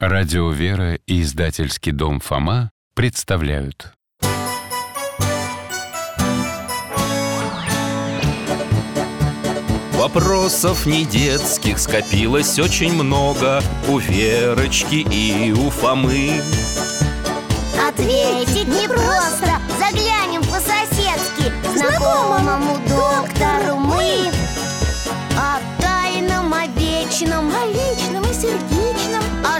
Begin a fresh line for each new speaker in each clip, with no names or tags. Радио «Вера» и издательский дом «Фома» представляют.
Вопросов не детских скопилось очень много У Верочки и у Фомы
Ответить непросто Заглянем по-соседски к Знакомому доктору мы О тайном, о вечном
О личном и сердечном,
О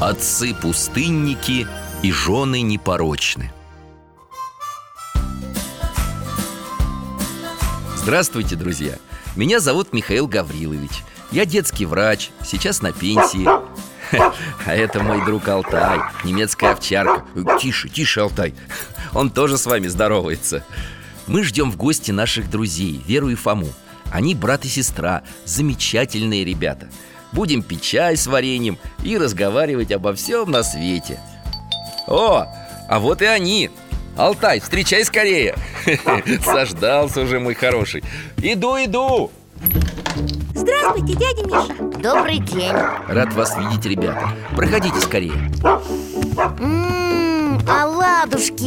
Отцы пустынники и жены непорочны Здравствуйте, друзья! Меня зовут Михаил Гаврилович Я детский врач, сейчас на пенсии А это мой друг Алтай, немецкая овчарка Э, Тише, тише, Алтай Он тоже с вами здоровается Мы ждем в гости наших друзей, Веру и Фому Они брат и сестра, замечательные ребята Будем пить чай с вареньем и разговаривать обо всем на свете О, а вот и они Алтай, встречай скорее Сождался уже мой хороший Иду, иду
Здравствуйте, дядя Миша
Добрый день
Рад вас видеть, ребята Проходите скорее
М, Оладушки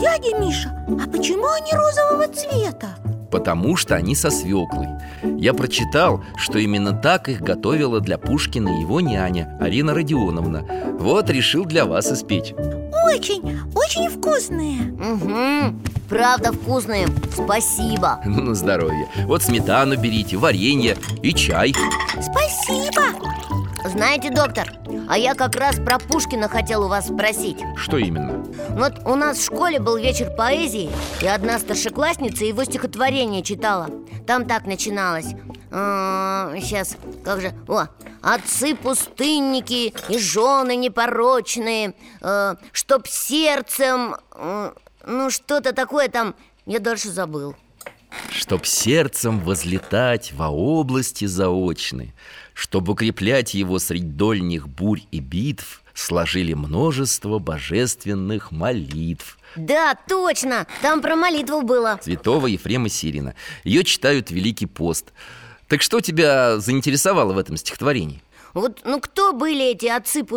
Дядя Миша, а почему они розового цвета?
Потому что они со свеклой Я прочитал, что именно так их готовила для Пушкина его няня Арина Родионовна Вот решил для вас испечь
Очень, очень вкусные
Мгм. Правда вкусные, спасибо
Ну, На здоровье Вот сметану берите, варенье и чай
Спасибо
Знаете, доктор, а я как раз про Пушкина хотел у вас спросить
Что именно?
Вот у нас в школе был вечер поэзии И одна старшеклассница его стихотворение читала Там так начиналось Сейчас, как же О, отцы пустынники и жены непорочные э, Чтоб сердцем э, Ну, что-то такое там Я дальше забыл
Чтоб сердцем возлетать во области заочны, Чтоб укреплять его средь дольних бурь и битв, Сложили множество божественных молитв
Да, точно, там про молитву было
Святого Ефрема Сирина Ее читают в Великий пост Так что тебя заинтересовало в этом стихотворении?
Вот, ну, кто были эти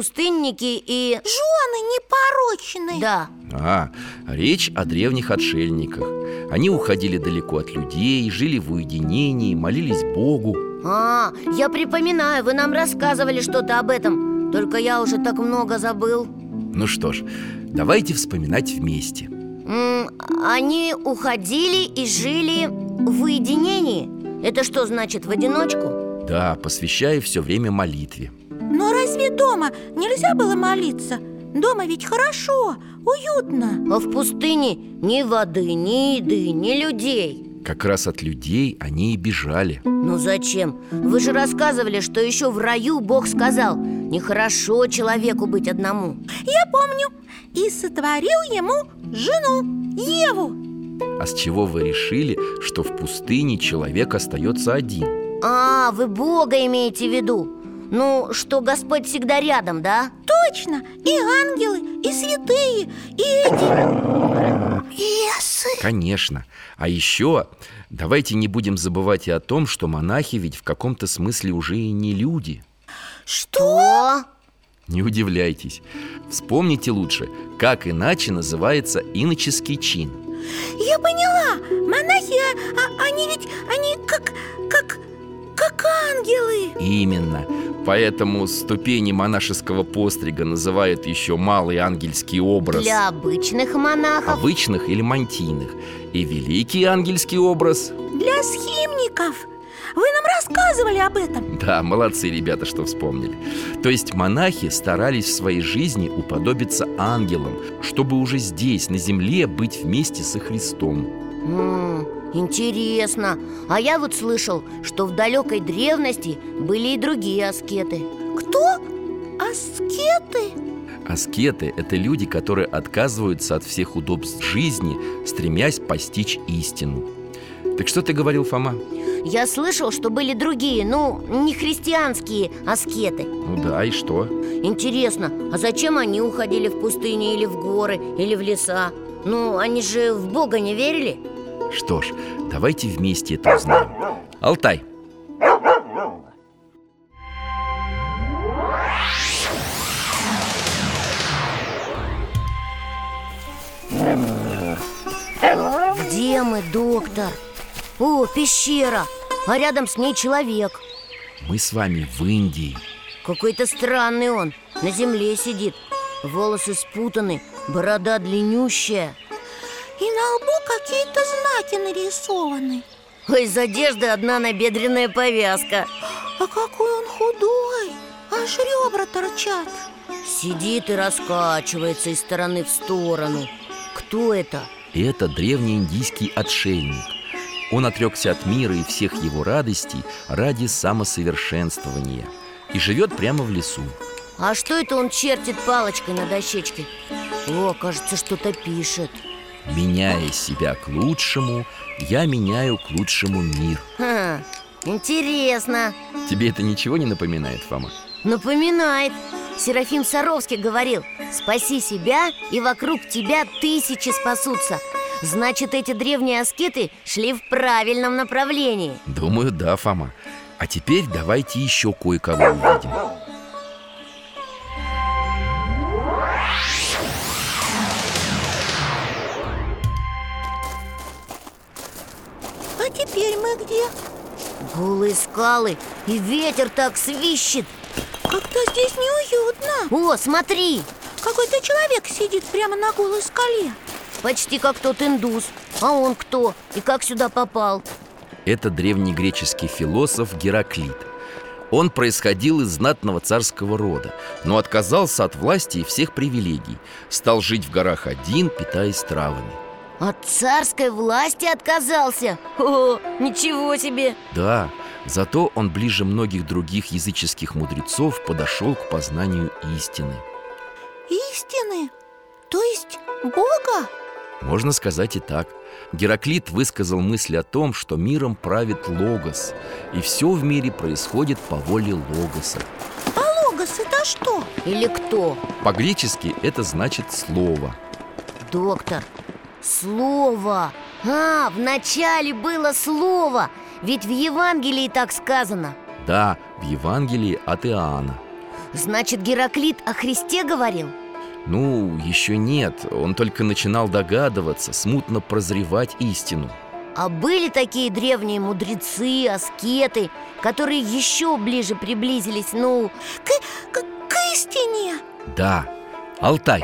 отцы-пустынники и...
Жены непорочные
Да,
А, речь о древних отшельниках Они уходили далеко от людей, жили в уединении, молились Богу
А, я припоминаю, вы нам рассказывали что-то об этом Только я уже так много забыл
Ну что ж, давайте вспоминать вместе
М, Они уходили и жили в уединении Это что значит, в одиночку?
Да, посвящая все время молитве
Но разве дома нельзя было молиться? Дома ведь хорошо, уютно
А в пустыне ни воды, ни еды, ни людей
Как раз от людей они и бежали
ну зачем? Вы же рассказывали, что еще в раю Бог сказал Нехорошо человеку быть одному
Я помню И сотворил ему жену, Еву
А с чего вы решили, что в пустыне человек остается один?
А, вы Бога имеете в виду? Ну, что Господь всегда рядом, да?
Точно, и ангелы, и святые, и эти... Лесы
Конечно А еще давайте не будем забывать и о том, что монахи ведь в каком-то смысле уже и не люди
Что?
Не удивляйтесь Вспомните лучше, как иначе называется иноческий чин
Я поняла, монахи, а- а- они ведь, они как, как, как ангелы
Именно. Поэтому ступени монашеского пострига называют еще малый ангельский образ
Для обычных монахов
обычных или мантийных и великий ангельский образ.
Для схимников Вы нам рассказывали об этом
Да, молодцы ребята, что вспомнили. То есть монахи старались в своей жизни уподобиться ангелам, чтобы уже здесь, на земле, быть вместе со Христом.
М, Интересно А я вот слышал, что в далекой древности были и другие аскеты
Кто? Аскеты?
Аскеты – это люди, которые отказываются от всех удобств жизни, стремясь постичь истину. Так что ты говорил, Фома?
Я слышал, что были другие, ну, не христианские аскеты
Ну да, и что?
Интересно, а зачем они уходили в пустыни или в горы, или в леса? Ну, они же в Бога не верили?
Что ж, давайте вместе это узнаем. Алтай,
Где мы, доктор? О, пещера, а рядом с ней человек
мы с вами в Индии.
Какой-то странный он, на земле сидит Волосы спутаны, борода длиннющая
И на лбу какие-то знаки нарисованы
А из одежды одна набедренная повязка
А какой он худой Аж ребра торчат
Сидит и раскачивается из стороны в сторону Кто это?
И это древнеиндийский отшельник. Он отрекся от мира и всех его радостей ради самосовершенствования и живет прямо в лесу.
А что это он чертит палочкой на дощечке? О, кажется, что-то пишет
Меняя себя к лучшему, я меняю к лучшему мир.
Ха, интересно
Тебе это ничего не напоминает, Фома?
Напоминает Серафим Саровский говорил Спаси себя, и вокруг тебя тысячи спасутся Значит, эти древние аскеты шли в правильном направлении
Думаю, да, Фома. А теперь давайте еще кое-кого увидим.
А теперь мы где?
Голые скалы, и ветер так свищет
Как-то здесь неуютно
О, смотри,
Какой-то человек сидит прямо на голой скале
почти как тот индус А он кто? И как сюда попал?
Это древнегреческий философ Гераклит. Он происходил из знатного царского рода, но отказался от власти и всех привилегий. Стал жить в горах один, питаясь травами.
От царской власти отказался О, ничего себе
Да, зато он ближе многих других языческих мудрецов подошел к познанию истины.
Истины, то есть Бога?
Можно сказать и так. Гераклит высказал мысль о том, что миром правит Логос, и все в мире происходит по воле Логоса.
А логос это что?
Или кто?
По-гречески это значит «слово».
Доктор, слово А, вначале было слово Ведь в Евангелии так сказано
Да, в Евангелии от Иоанна.
Значит, Гераклит о Христе говорил?
Ну, еще нет, он только начинал догадываться, смутно прозревать истину.
А были такие древние мудрецы, аскеты Которые еще ближе приблизились, ну,
К, к истине
Да, Алтай,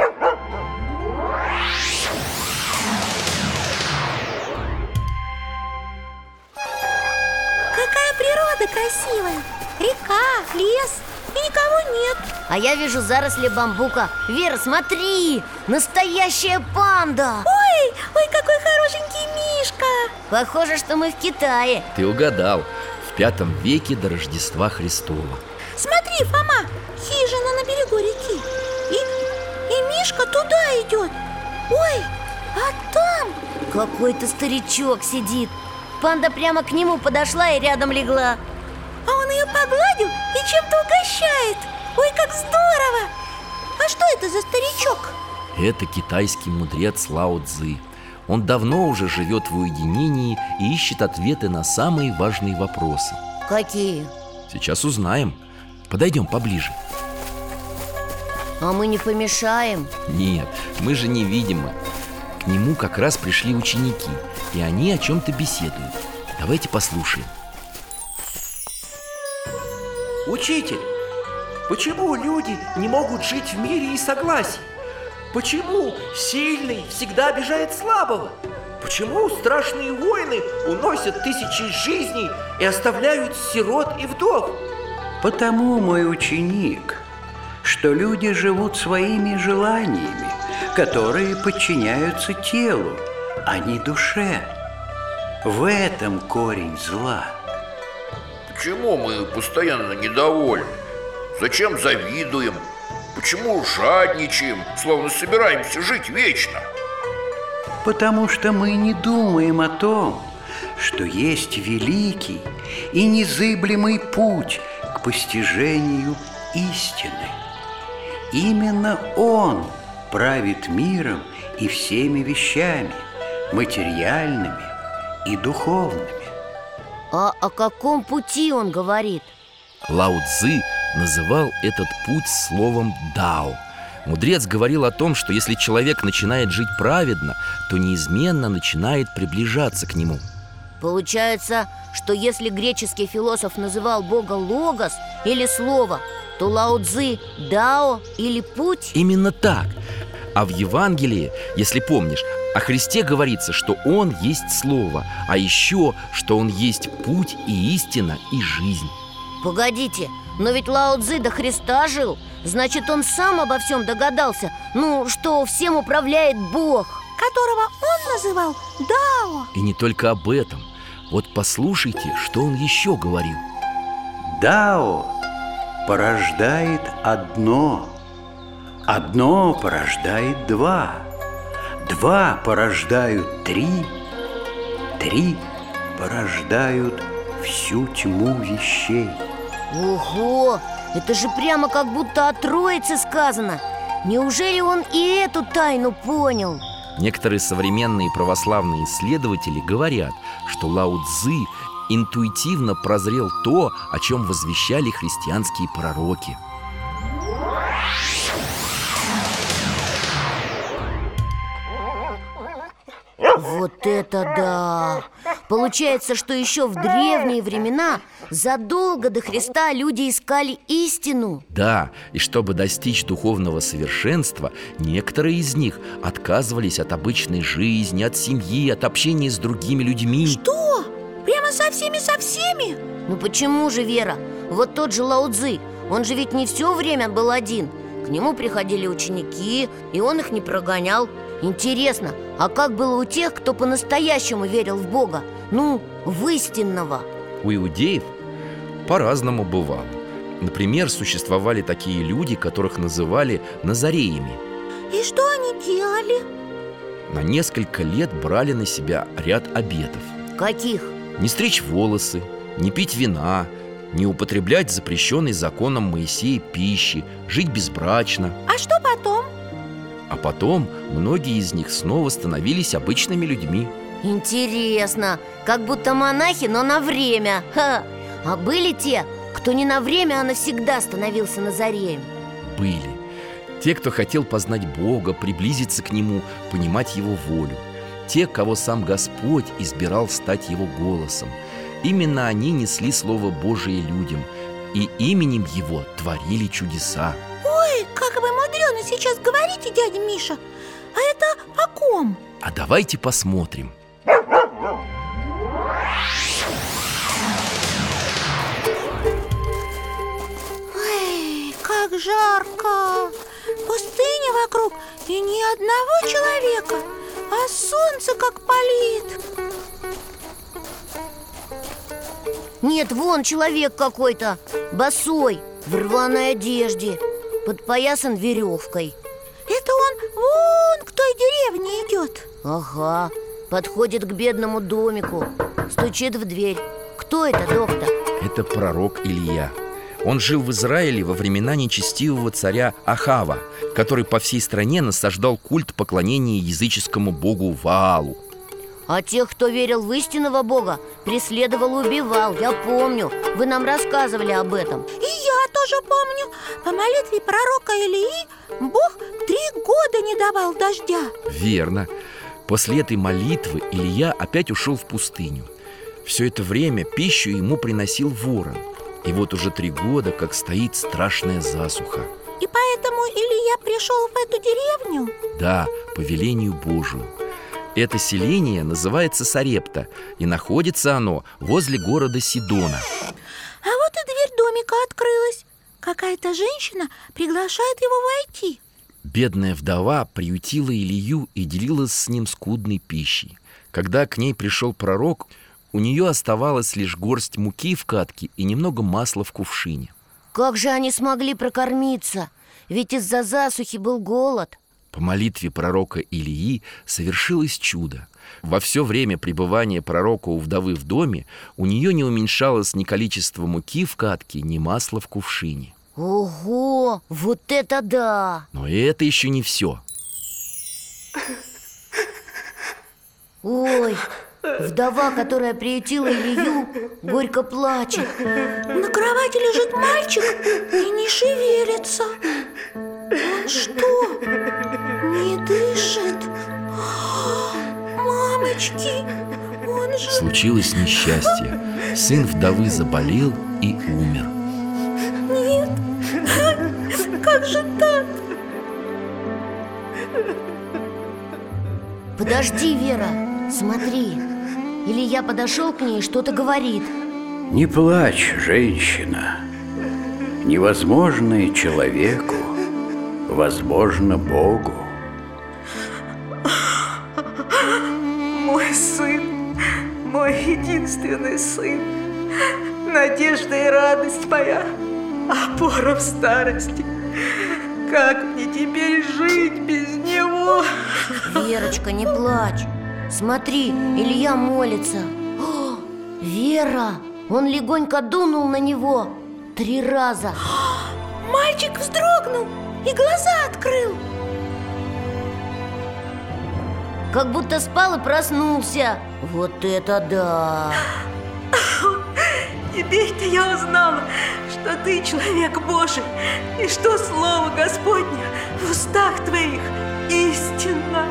Какая природа красивая Река, лес и никого нет
а я вижу заросли бамбука Вера, смотри, настоящая панда
Ой, ой, какой хорошенький Мишка
Похоже, что мы в Китае
ты угадал, в пятом веке до Рождества Христова.
Смотри, Фома, хижина на берегу реки И, и Мишка туда идет Ой, а там
Какой-то старичок сидит Панда прямо к нему подошла и рядом легла
А он ее погладил и чем-то угощает Ой, как здорово А что это за старичок?
Это китайский мудрец Лао Цзы. Он давно уже живет в уединении и ищет ответы на самые важные вопросы.
Какие?
Сейчас узнаем. Подойдем поближе.
А мы не помешаем
Нет, мы же невидимы. К нему как раз пришли ученики, и они о чем-то беседуют. Давайте послушаем.
Учитель, почему люди не могут жить в мире и согласии? Почему сильный всегда обижает слабого? Почему страшные войны уносят тысячи жизней и оставляют сирот и вдов?
Потому, мой ученик, что люди живут своими желаниями, которые подчиняются телу, а не душе. В этом корень зла.
Почему мы постоянно недовольны? Зачем завидуем? Почему жадничаем, словно собираемся жить вечно?
Потому что мы не думаем о том, что есть великий и незыблемый путь к постижению истины. Именно Он правит миром и всеми вещами, материальными и духовными.
А о каком пути он говорит?
Лао Цзы называл этот путь словом «дао». Мудрец говорил о том, что если человек начинает жить праведно, то неизменно начинает приближаться к нему.
Получается, что если греческий философ называл Бога Логос или Слово, то Лао Цзы – Дао или Путь?
Именно так. А в Евангелии, если помнишь, о Христе говорится, что Он есть Слово, а еще, что Он есть путь и истина и жизнь.
Погодите, но ведь Лао Цзы до Христа жил Значит, он сам обо всем догадался Ну, что всем управляет Бог
которого он называл Дао.
И не только об этом. Вот послушайте, что он еще говорил.
Дао порождает одно, одно порождает два, два порождают три, три порождают всю тьму вещей.
Ого, это же прямо как будто о Троице сказано Неужели он и эту тайну понял?
Некоторые современные православные исследователи говорят, что Лао Цзы интуитивно прозрел то, о чем возвещали христианские пророки.
Вот это да! Получается, что еще в древние времена, задолго до Христа, люди искали истину.
Да, и чтобы достичь духовного совершенства, некоторые из них отказывались от обычной жизни, от семьи, от общения с другими людьми.
Что? Прямо со всеми, со всеми?
Ну почему же, Вера? Вот тот же Лао Цзы, он же ведь не все время был один. К нему приходили ученики, и он их не прогонял. Интересно, а как было у тех, кто по-настоящему верил в Бога? Ну, в истинного.
У иудеев по-разному бывало. Например, существовали такие люди, которых называли назареями.
И что они делали?
На несколько лет брали на себя ряд обетов.
Каких?
Не стричь волосы, не пить вина, не употреблять запрещенной законом Моисея пищи, жить безбрачно.
А что потом?
А потом многие из них снова становились обычными людьми.
Интересно, как будто монахи, но на время Ха! А были те, кто не на время, а навсегда становился Назареем
были. Те, кто хотел познать Бога, приблизиться к Нему, понимать Его волю. Те, кого сам Господь избирал стать Его голосом. Именно они несли Слово Божие людям, и именем Его творили чудеса.
Ой, как вы мудрено сейчас говорите, дядя Миша А это о ком?
А давайте посмотрим.
Ой, как жарко! Пустыня вокруг и ни одного человека, а солнце как палит.
Нет, вон человек какой-то, босой, в рваной одежде Подпоясан веревкой
Это он вон к той деревне идет.
Ага, подходит к бедному домику Стучит в дверь Кто это, доктор?
Это пророк Илья. Он жил в Израиле во времена нечестивого царя Ахава, который по всей стране насаждал культ поклонения языческому богу Ваалу.
А тех, кто верил в истинного Бога, преследовал и убивал, я помню Вы нам рассказывали об этом
И я тоже помню, по молитве пророка Илии Бог три года не давал дождя.
Верно. После этой молитвы Илья опять ушел в пустыню. Все это время пищу ему приносил ворон. И вот уже три года, как стоит страшная засуха.
И поэтому Илья пришел в эту деревню.
Да, по велению Божию. Это селение называется Сарепта, и находится оно возле города Сидона.
А вот и дверь домика открылась. Какая-то женщина приглашает его войти.
Бедная вдова приютила Илью и делилась с ним скудной пищей. Когда к ней пришел пророк, у нее оставалась лишь горсть муки в катке и немного масла в кувшине.
Как же они смогли прокормиться? Ведь из-за засухи был голод.
По молитве пророка Илии совершилось чудо. Во все время пребывания пророка у вдовы в доме у нее не уменьшалось ни количество муки в катке, ни масла в кувшине.
Ого, вот это да!
Но и это еще не все.
Ой, вдова, которая приютила Илью, горько плачет.
На кровати лежит мальчик и не шевелится Он что, не дышит? Мамочки, он же...
Случилось несчастье. Сын вдовы заболел и умер.
Нет, как же так?
Подожди, Вера, смотри. Илья подошел к ней и что-то говорит.
Не плачь, женщина. Невозможное человеку, возможно Богу.
Мой сын, мой единственный сын, надежда и радость моя, опора в старости. Как мне теперь жить без него?
Верочка, не плачь. Смотри, Илья молится. О, Вера! Он легонько дунул на него три раза.
Мальчик вздрогнул и глаза открыл
Как будто спал и проснулся. Вот это да!
Теперь-то я узнала, что ты человек Божий, и что Слово Господне в устах твоих истинно.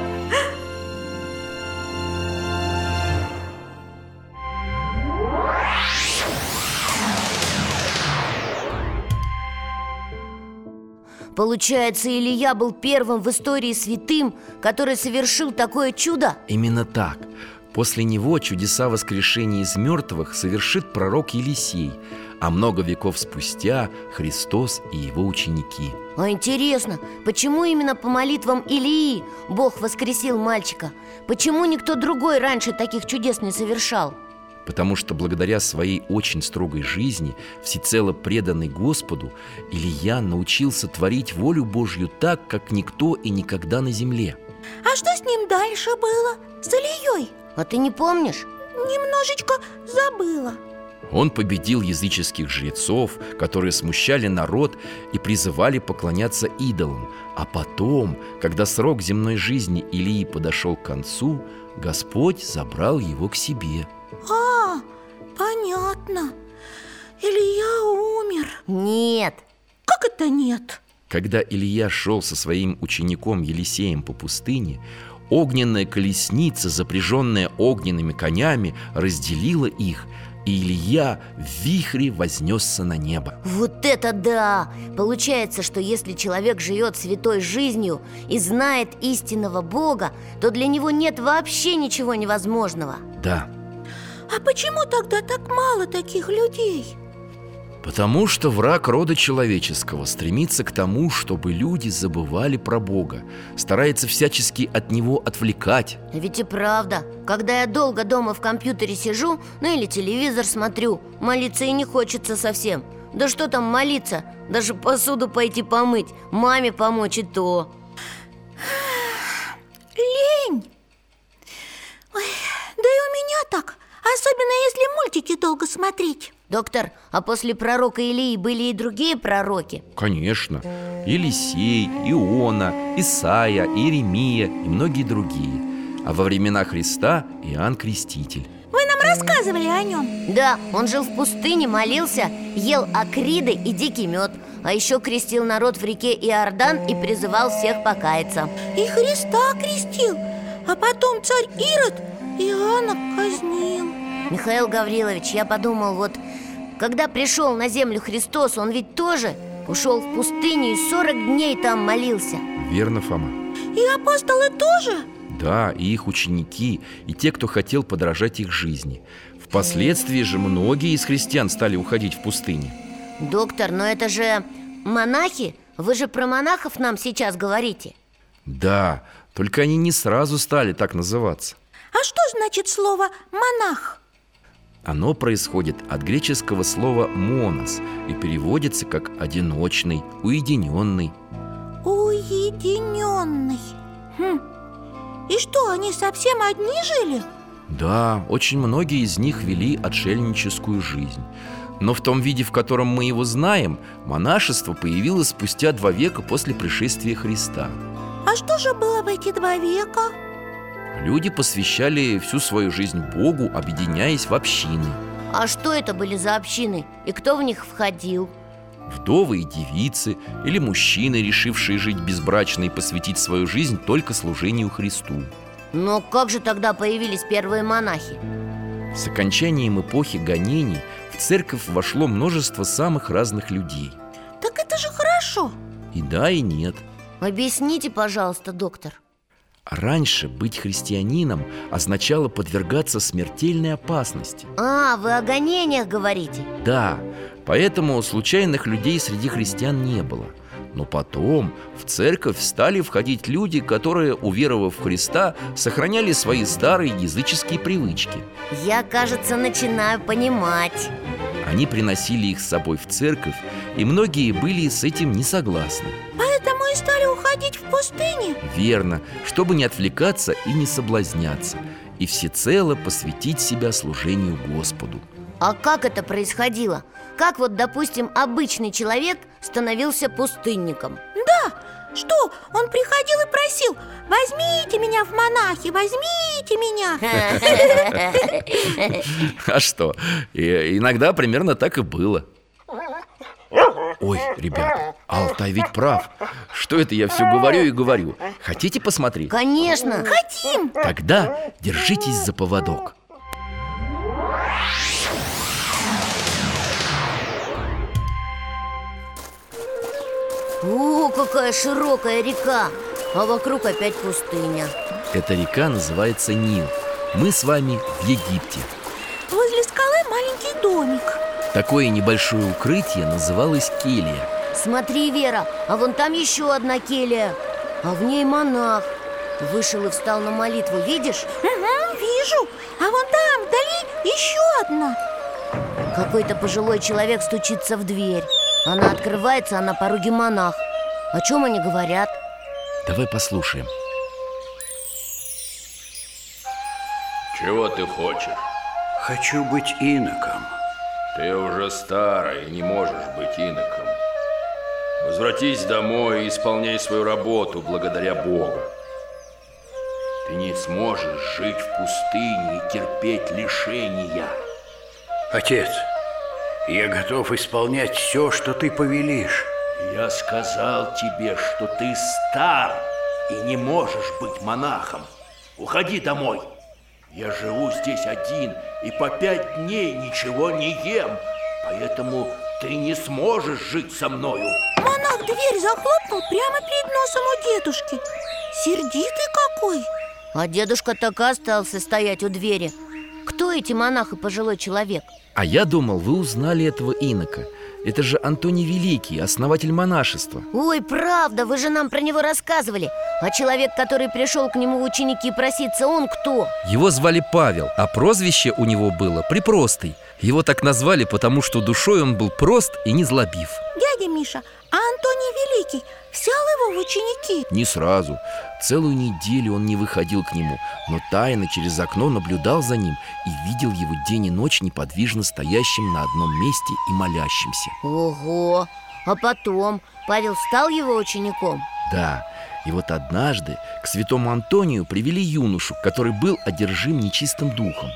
Получается, Илья был первым в истории святым, который совершил такое чудо?
Именно так. После него чудеса воскрешения из мертвых совершит пророк Елисей, а много веков спустя Христос и его ученики.
А интересно, почему именно по молитвам Илии Бог воскресил мальчика? Почему никто другой раньше таких чудес не совершал?
Потому что благодаря своей очень строгой жизни, всецело преданный Господу, Илья научился творить волю Божью так, как никто и никогда на земле.
А что с ним дальше было? С Ильей?
А ты не помнишь?
Немножечко забыла
Он победил языческих жрецов, которые смущали народ и призывали поклоняться идолам. А потом, когда срок земной жизни Илии подошел к концу, Господь забрал его к себе.
А, понятно Илья умер
Нет,
Как это нет?
Когда Илья шел со своим учеником Елисеем по пустыне, огненная колесница, запряженная огненными конями, разделила их, и Илья в вихре вознесся на небо.
Вот это да! Получается, что если человек живет святой жизнью и знает истинного Бога, то для него нет вообще ничего невозможного.
Да,
А почему тогда так мало таких людей?
потому что враг рода человеческого стремится к тому, чтобы люди забывали про Бога, старается всячески от него отвлекать.
А Ведь и правда, когда я долго дома в компьютере сижу, ну или телевизор смотрю, молиться и не хочется совсем. Да что там молиться? Даже посуду пойти помыть, маме помочь и то.
Лень Ой, да и у меня так Особенно если мультики долго смотреть
Доктор, а после пророка Илии были и другие пророки.
Конечно, Елисей, Иона, Исаия, Иеремия и многие другие. А во времена Христа Иоанн Креститель.
Вы нам рассказывали о нем
Да, он жил в пустыне, молился, ел акриды и дикий мед А еще крестил народ в реке Иордан и призывал всех покаяться
И Христа крестил А потом царь Ирод Иоанна казнил
Михаил Гаврилович, я подумал, вот Когда пришел на землю Христос, он ведь тоже ушел в пустыню и 40 дней там молился
Верно, Фома?
И апостолы тоже?
Да, и их ученики, и те, кто хотел подражать их жизни. Впоследствии же многие из христиан стали уходить в пустыне.
Доктор, но это же монахи? Вы же про монахов нам сейчас говорите
Да, только они не сразу стали так называться.
А что значит слово «монах»?
Оно происходит от греческого слова «монос» и переводится как «одиночный», «уединенный».
Уединенный. Хм. И что, они совсем одни жили?
Да, очень многие из них вели отшельническую жизнь. Но в том виде, в котором мы его знаем, монашество появилось спустя два века после пришествия Христа.
А что же было в эти два века?
Люди посвящали всю свою жизнь Богу, объединяясь в общины.
А что это были за общины? И кто в них входил?
Вдовы и девицы, или мужчины, решившие жить безбрачно и посвятить свою жизнь только служению Христу.
Но как же тогда появились первые монахи?
С окончанием эпохи гонений в церковь вошло множество самых разных людей.
Так это же хорошо.
И да, и нет.
Объясните, пожалуйста, доктор
Раньше быть христианином означало подвергаться смертельной опасности.
А, вы о гонениях говорите
Да, поэтому случайных людей среди христиан не было. Но потом в церковь стали входить люди, которые, уверовав в Христа, сохраняли свои старые языческие привычки.
Я, кажется, начинаю понимать
Они приносили их с собой в церковь, и многие были с этим не согласны.
Поэтому и стали уходить в пустыню.
Верно, чтобы не отвлекаться и не соблазняться, и всецело посвятить себя служению Господу.
А как это происходило? Как вот, допустим, обычный человек становился пустынником?
Что, он приходил и просил «Возьмите меня в монахи, возьмите меня»
А что? И- иногда примерно так и было. Ой, ребята, Алтай ведь прав. Что это я все говорю и говорю? Хотите посмотреть?
Конечно
Хотим!
Тогда держитесь за поводок.
О, какая широкая река А вокруг опять пустыня
Эта река называется Нил. Мы с вами в Египте.
Возле скалы маленький домик
Такое небольшое укрытие называлось келья.
Смотри, Вера, а вон там еще одна келья А в ней монах Вышел и встал на молитву, видишь?
Мгм, Вижу, а вон там вдали еще одна
Какой-то пожилой человек стучится в дверь Она открывается, а на пороге монах О чем они говорят?
Давай послушаем.
Чего ты хочешь?
Хочу быть иноком.
Ты уже старый, не можешь быть иноком. Возвратись домой и исполняй свою работу благодаря Богу. Ты не сможешь жить в пустыне и терпеть лишения.
Отец, я готов исполнять все, что ты повелишь.
Я сказал тебе, что ты стар и не можешь быть монахом. Уходи домой. Я живу здесь один и по пять дней ничего не ем, поэтому ты не сможешь жить со мною.
Монах дверь захлопнул прямо перед носом у дедушки Сердитый какой
А дедушка так и остался стоять у двери Кто эти монах и пожилой человек?
А я думал, вы узнали этого инока. Это же Антоний Великий, основатель монашества.
Ой, правда, вы же нам про него рассказывали А человек, который пришел к нему в ученики проситься, он кто?
Его звали Павел, а прозвище у него было Припростый. Его так назвали, потому что душой он был прост и не злобив.
Дядя Миша, а Антоний Великий взял его в ученики?
Не сразу. Целую неделю он не выходил к нему, но тайно через окно наблюдал за ним и видел его день и ночь неподвижно стоящим на одном месте и молящимся.
Ого! А потом Павел стал его учеником?
Да, и вот однажды к святому Антонию привели юношу, который был одержим нечистым духом.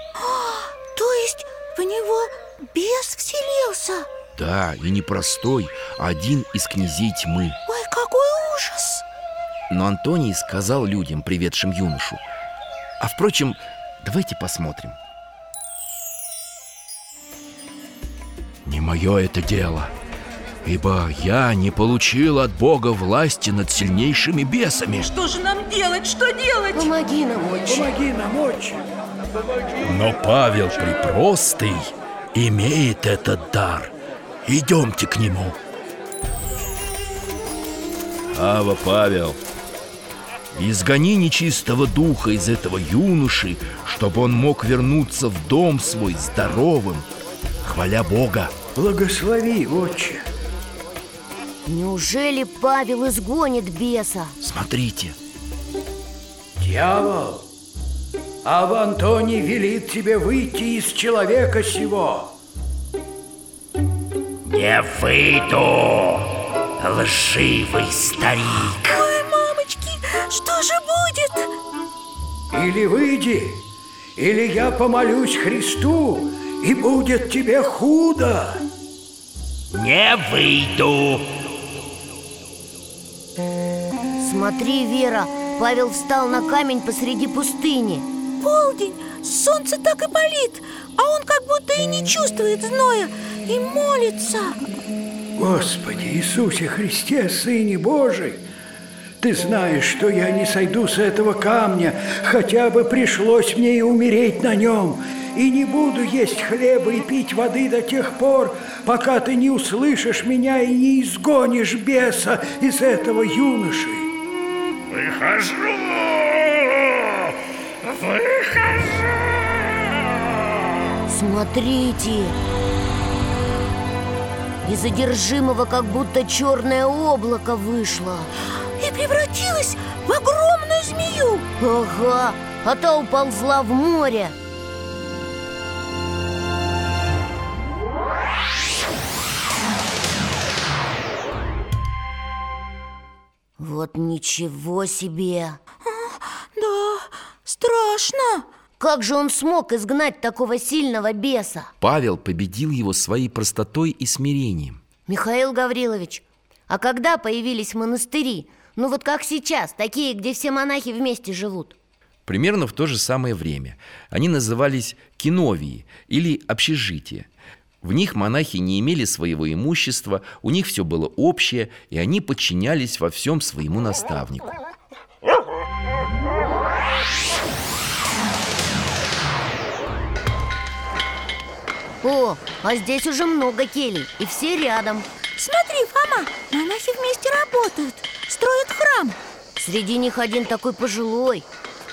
То есть в него бес вселился?
Да, и не простой, а один из князей тьмы.
Ой, какой ужас!
Но Антоний сказал людям, приведшим юношу. А впрочем, давайте посмотрим. Не мое это дело, ибо я не получил от Бога власти над сильнейшими бесами.
Что же нам делать? Что делать?
Помоги нам, отче
Помоги нам, отче.
Но Павел Припростый имеет этот дар. Идемте к нему.
Ава, Павел, изгони нечистого духа из этого юноши, чтобы он мог вернуться в дом свой здоровым, хваля Бога.
Благослови, отче.
Неужели Павел изгонит беса?
Смотрите,
Дьявол, Авантоний велит тебе выйти из человека сего.
Не выйду, лживый старик.
Ой, мамочки, что же будет?
Или выйди, или я помолюсь Христу, и будет тебе худо.
Не выйду.
Смотри, Вера, Павел встал на камень посреди пустыни
Полдень, солнце так и болит А он как будто и не чувствует зноя И молится
Господи Иисусе Христе, Сыне Божий, ты знаешь, что я не сойду с этого камня, хотя бы пришлось мне и умереть на нем, и не буду есть хлеба и пить воды до тех пор, пока ты не услышишь меня и не изгонишь беса из этого юноши.
Выхожу. Выхожу.
Смотрите Из одержимого как будто черное облако вышло
И превратилась в огромную змею
Ага, а та уползла в море Вот ничего себе!
Да, страшно
Как же он смог изгнать такого сильного беса?
Павел победил его своей простотой и смирением
Михаил Гаврилович, а когда появились монастыри? Ну вот как сейчас, такие, где все монахи вместе живут
Примерно в то же самое время Они назывались киновии или общежития В них монахи не имели своего имущества У них все было общее И они подчинялись во всем своему наставнику
О, а здесь уже много келей, и все рядом
Смотри, Фома, монахи вместе работают Строят храм
Среди них один такой пожилой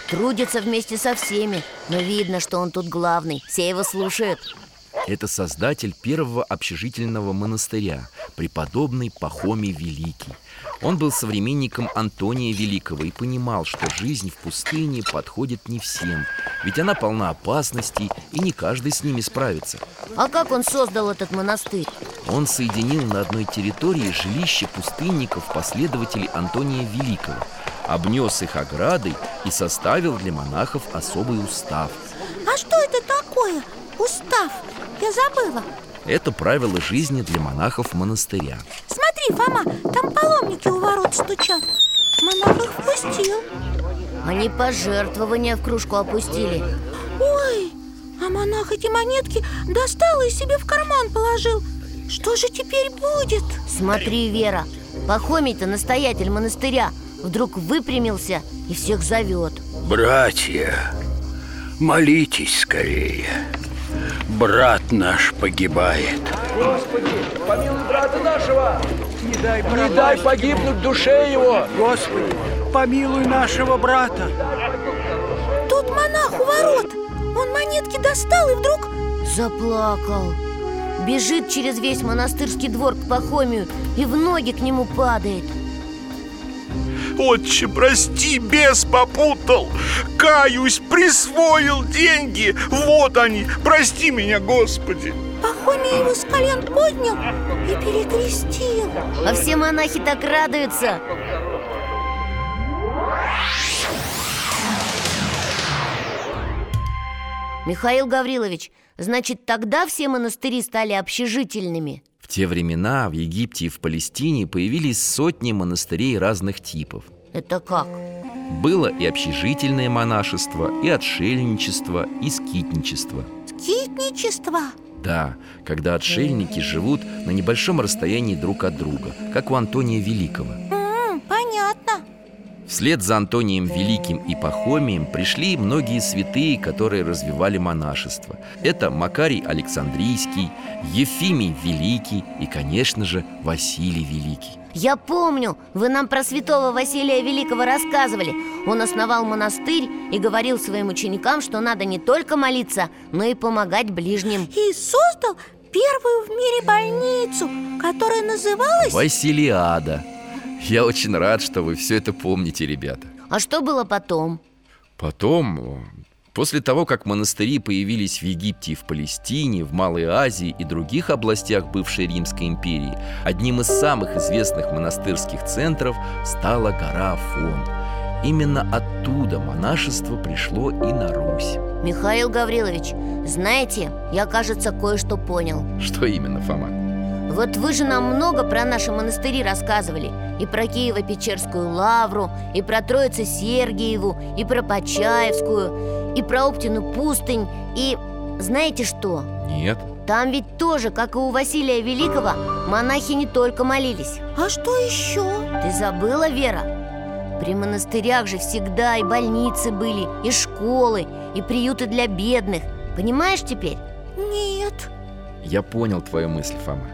Трудится вместе со всеми Но видно, что он тут главный Все его слушают
Это создатель первого общежительного монастыря Преподобный Пахомий Великий Он был современником Антония Великого И понимал, что жизнь в пустыне подходит не всем Ведь она полна опасностей И не каждый с ними справится
А как он создал этот монастырь?
Он соединил на одной территории жилища пустынников последователей Антония Великого, обнес их оградой и составил для монахов особый устав.
А что это такое? Устав, я забыла
Это правило жизни для монахов монастыря.
Смотри, Фома, там паломники у ворот стучат Монах их впустил
Они пожертвования в кружку опустили
Ой, а монах эти монетки достал и себе в карман положил Что же теперь будет?
Смотри, Вера, Пахомий-то настоятель монастыря Вдруг выпрямился и всех зовет
Братья, молитесь скорее. Брат наш погибает.
Господи, помилуй брата нашего! Не дай, не дай погибнуть душе его!
Господи, помилуй нашего брата.
Тут монах у ворот Он монетки достал и вдруг...
Заплакал Бежит через весь монастырский двор к Пахомию И в ноги к нему падает
Отче, прости, бес попутал Каюсь, присвоил деньги Вот они, прости меня, Господи
Пахомий его с колен поднял и перекрестил
А все монахи так радуются Михаил Гаврилович, значит, тогда все монастыри стали общежительными?
В те времена в Египте и в Палестине появились сотни монастырей разных типов.
Это как?
Было и общежительное монашество, и отшельничество, и скитничество.
Скитничество
Да, когда отшельники живут на небольшом расстоянии друг от друга, как у Антония Великого.
М, Понятно
Вслед за Антонием Великим и Пахомием пришли многие святые, которые развивали монашество. Это Макарий Александрийский, Ефимий Великий и, конечно же, Василий Великий.
Я помню, вы нам про святого Василия Великого рассказывали Он основал монастырь и говорил своим ученикам, что надо не только молиться, но и помогать ближним
И создал первую в мире больницу, которая называлась...
Василиада. Я очень рад, что вы все это помните, ребята.
А что было потом?
Потом, после того, как монастыри появились в Египте и в Палестине, в Малой Азии и других областях бывшей Римской империи, одним из самых известных монастырских центров стала гора Афон. Именно оттуда монашество пришло и на Русь.
Михаил Гаврилович, знаете, я, кажется, кое-что понял
Что именно, Фома?
Вот вы же нам много про наши монастыри рассказывали И про Киево-Печерскую лавру И про Троице-Сергиеву И про Почаевскую И про Оптину пустынь И знаете что?
Нет.
Там ведь тоже, как и у Василия Великого, монахи не только молились
А что еще?
Ты забыла, Вера? При монастырях же всегда и больницы были, и школы, и приюты для бедных Понимаешь теперь?
Нет
Я понял твою мысль, Фома.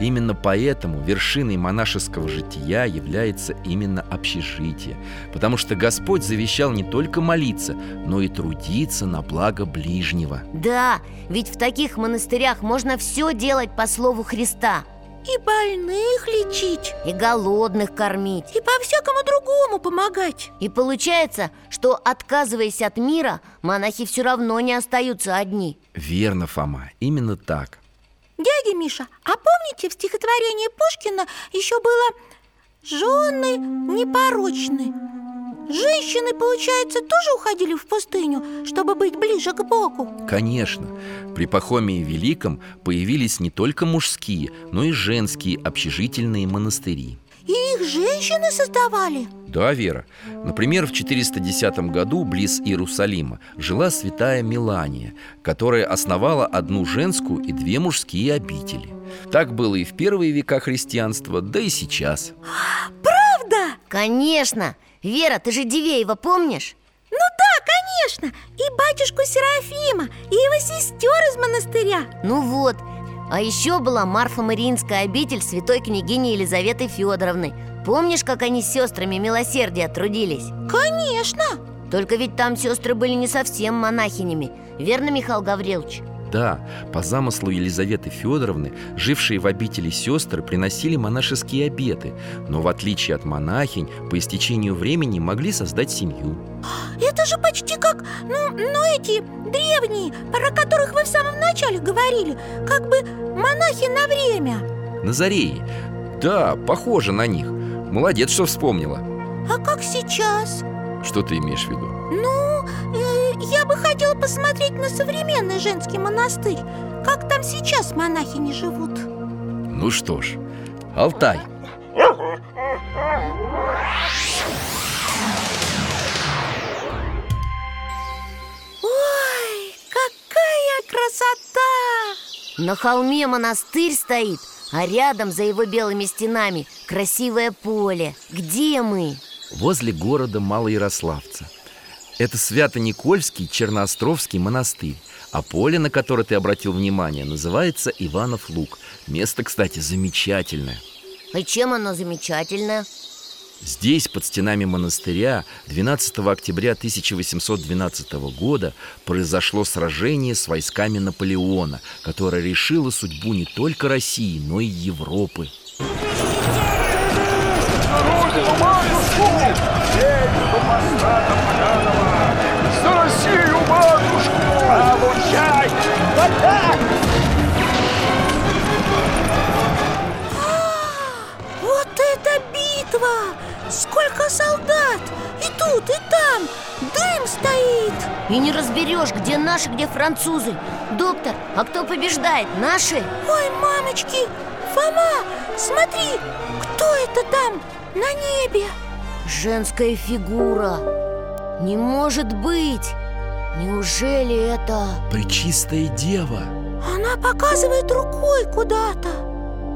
Именно поэтому вершиной монашеского жития является именно общежитие, потому что Господь завещал не только молиться, но и трудиться на благо ближнего.
Да, ведь в таких монастырях можно все делать по слову Христа
И больных лечить,
И голодных кормить
и по всякому другому помогать
И получается, что отказываясь от мира, монахи все равно не остаются одни.
Верно, Фома, именно так.
Дядя Миша, а помните в стихотворении Пушкина еще было «Жены непорочны»? Женщины, получается, тоже уходили в пустыню, чтобы быть ближе к Богу
Конечно, при Пахомии Великом появились не только мужские, но и женские общежительные монастыри.
И их женщины создавали
Да, Вера. Например, в 410 году близ Иерусалима жила святая Милания, которая основала одну женскую и две мужские обители. Так было и в первые века христианства, да и сейчас.
Да,
Конечно! Вера, ты же Дивеева помнишь?
ну да, конечно И батюшку Серафима, и его сестер из монастыря
Ну вот. А еще была Марфа-Мариинская обитель святой княгини Елизаветы Федоровны. Помнишь, как они с сестрами милосердия трудились?
Конечно
Только ведь там сестры были не совсем монахинями. Верно, Михаил Гаврилович?
Да, по замыслу Елизаветы Федоровны, жившие в обители сестры приносили монашеские обеты, но в отличие от монахинь, по истечению времени могли создать семью.
Это же почти как, ну, ну эти древние, про которых вы в самом начале говорили Как бы монахи на время
Назареи. Да, похоже на них. Молодец, что вспомнила.
А как сейчас?
Что ты имеешь в виду?
Ну, э, я бы хотела посмотреть на современный женский монастырь Как там сейчас монахи не живут
Ну что ж, Алтай
Ой, какая красота!
На холме монастырь стоит, а рядом за его белыми стенами красивое поле. Где мы?
возле города Малоярославца. Это Свято-Никольский Черноостровский монастырь, а поле, на которое ты обратил внимание, называется Иванов Луг. Место, кстати, замечательное.
И чем оно замечательное?
Здесь, под стенами монастыря, 12 октября 1812 года произошло сражение с войсками Наполеона, которое решило судьбу не только России, но и Европы.
За Россию, матушку! Получай! Вот так!
А, Вот это битва! Сколько солдат! И тут, и там! Дым стоит!
И не разберешь, где наши, где французы Доктор, а кто побеждает, наши?
Ой, мамочки! Фома, смотри! Кто это там на небе?
Женская фигура Не может быть Неужели это...
Пречистая Дева!
Она показывает рукой куда-то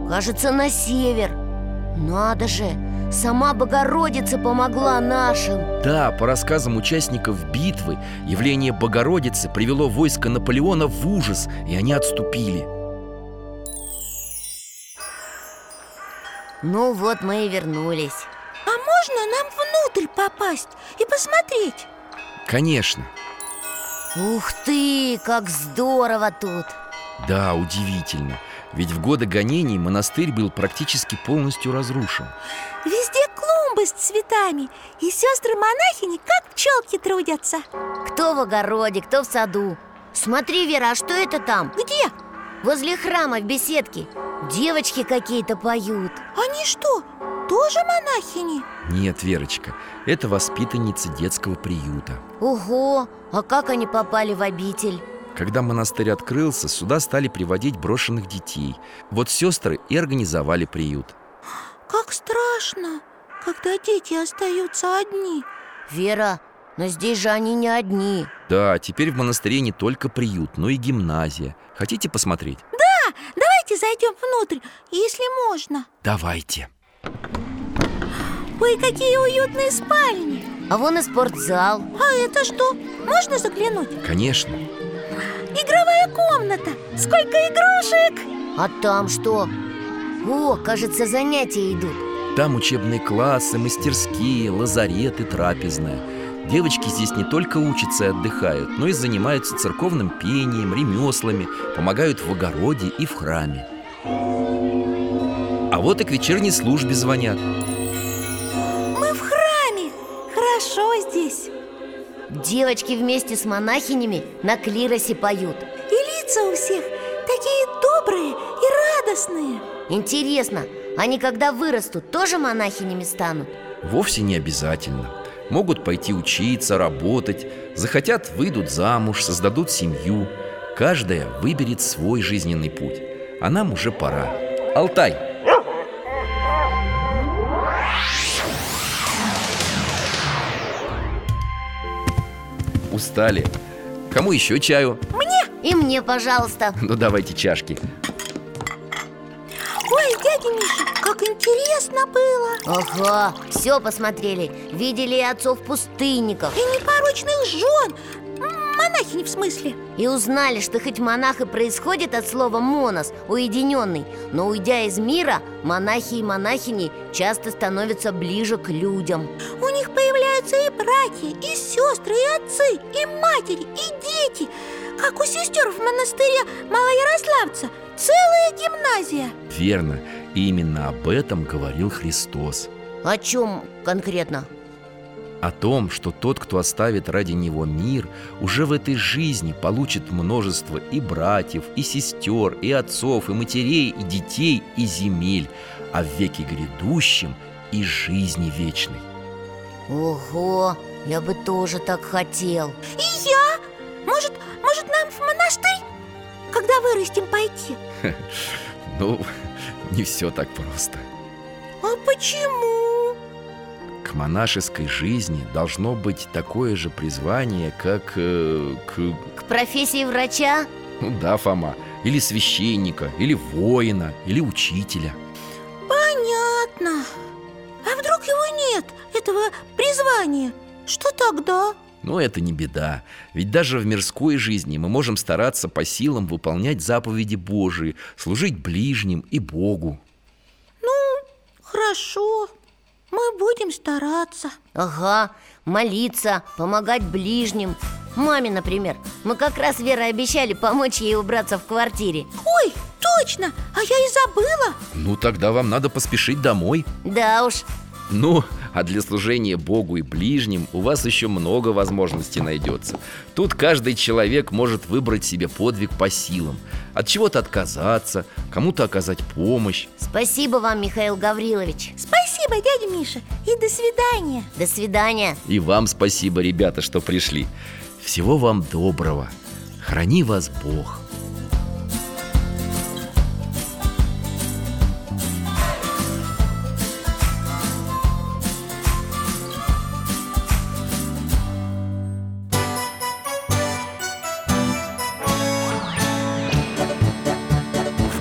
Кажется, на север Надо же, сама Богородица помогла нашим
Да, по рассказам участников битвы, явление Богородицы привело войско Наполеона в ужас, и они отступили.
Ну вот мы и вернулись
А можно нам внутрь попасть и посмотреть?
Конечно.
Ух ты, как здорово тут
Да, удивительно. Ведь в годы гонений монастырь был практически полностью разрушен.
Везде клумбы с цветами И сестры-монахини как пчелки трудятся
Кто в огороде, кто в саду Смотри, Вера, а что это там?
Где?
Возле храма в беседке Девочки какие-то поют
Они что, тоже монахини?
Нет, Верочка, это воспитанницы детского приюта
Ого, а как они попали в обитель?
Когда монастырь открылся, сюда стали приводить брошенных детей Вот сестры и организовали приют
Как страшно, когда дети остаются одни
Вера, но здесь же они не одни
Да, теперь в монастыре не только приют, но и гимназия Хотите посмотреть?
Да, давайте зайдем внутрь, если можно
Давайте
Ой, какие уютные спальни
А вон и спортзал
А это что? Можно заглянуть?
Конечно
Игровая комната! Сколько игрушек!
А там что? О, кажется, занятия идут
Там учебные классы, мастерские, лазареты, трапезная Девочки здесь не только учатся и отдыхают, но и занимаются церковным пением, ремеслами, помогают в огороде и в храме. А вот и к вечерней службе звонят.
Мы в храме! Хорошо здесь!
Девочки вместе с монахинями на клиросе поют
И лица у всех такие добрые и радостные
Интересно, они когда вырастут, тоже монахинями станут?
Вовсе не обязательно Могут пойти учиться, работать Захотят, выйдут замуж, создадут семью Каждая выберет свой жизненный путь А нам уже пора Алтай! Устали Кому еще чаю?
Мне!
И мне, пожалуйста
Ну давайте чашки
Ой, дядя Миша, как интересно было
Ага, все посмотрели Видели и отцов-пустынников
И непорочных жен М, Монахинь в смысле
И узнали, что хоть монах и происходит от слова «монос» – «уединенный», но уйдя из мира, монахи и монахини часто становятся ближе к людям.
У них появляются и братья, и сестры, и отцы, и матери, и дети Как у сестер в монастыре Малоярославца Целая гимназия
Верно, и именно об этом говорил Христос
О чем конкретно?
О том, что тот, кто оставит ради него мир, уже в этой жизни получит множество и братьев, и сестер, и отцов, и матерей, и детей, и земель, а в веке грядущем и жизни вечной.
Ого, я бы тоже так хотел
И я? Может, может нам в монастырь? Когда вырастем пойти?
Ну, не все так просто.
А почему?
К монашеской жизни должно быть такое же призвание, как э, к
К профессии врача?
Ну да, Фома. Или священника, или воина, или учителя.
Понятно А вдруг его нет, этого призвания? Что тогда?
Но это не беда, ведь даже в мирской жизни мы можем стараться по силам выполнять заповеди Божии, служить ближним и Богу.
Ну, хорошо Мы будем стараться
Ага, молиться, помогать ближним Маме, например Мы как раз Вера обещали помочь ей убраться в квартире
Ой, точно, а я и забыла
Ну тогда вам надо поспешить домой.
Да уж,
Ну, а для служения Богу и ближним у вас еще много возможностей найдется. Тут каждый человек может выбрать себе подвиг по силам. От чего-то отказаться, кому-то оказать помощь.
спасибо вам, Михаил Гаврилович
Спасибо, дядя Миша, и до свидания
До свидания
И вам спасибо, ребята, что пришли. Всего вам доброго. Храни вас Бог. В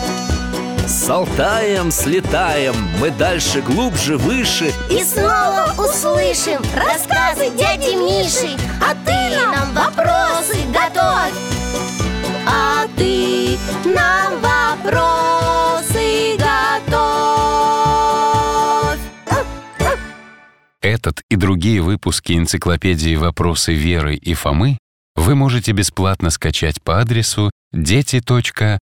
С Алтаем слетаем, мы дальше, глубже, выше
И снова услышим рассказы дяди Миши А ты нам вопросы готовь А ты нам вопросы готовь
Этот и другие выпуски энциклопедии «Вопросы Веры и Фомы» вы можете бесплатно скачать по адресу дети.радиовера.ру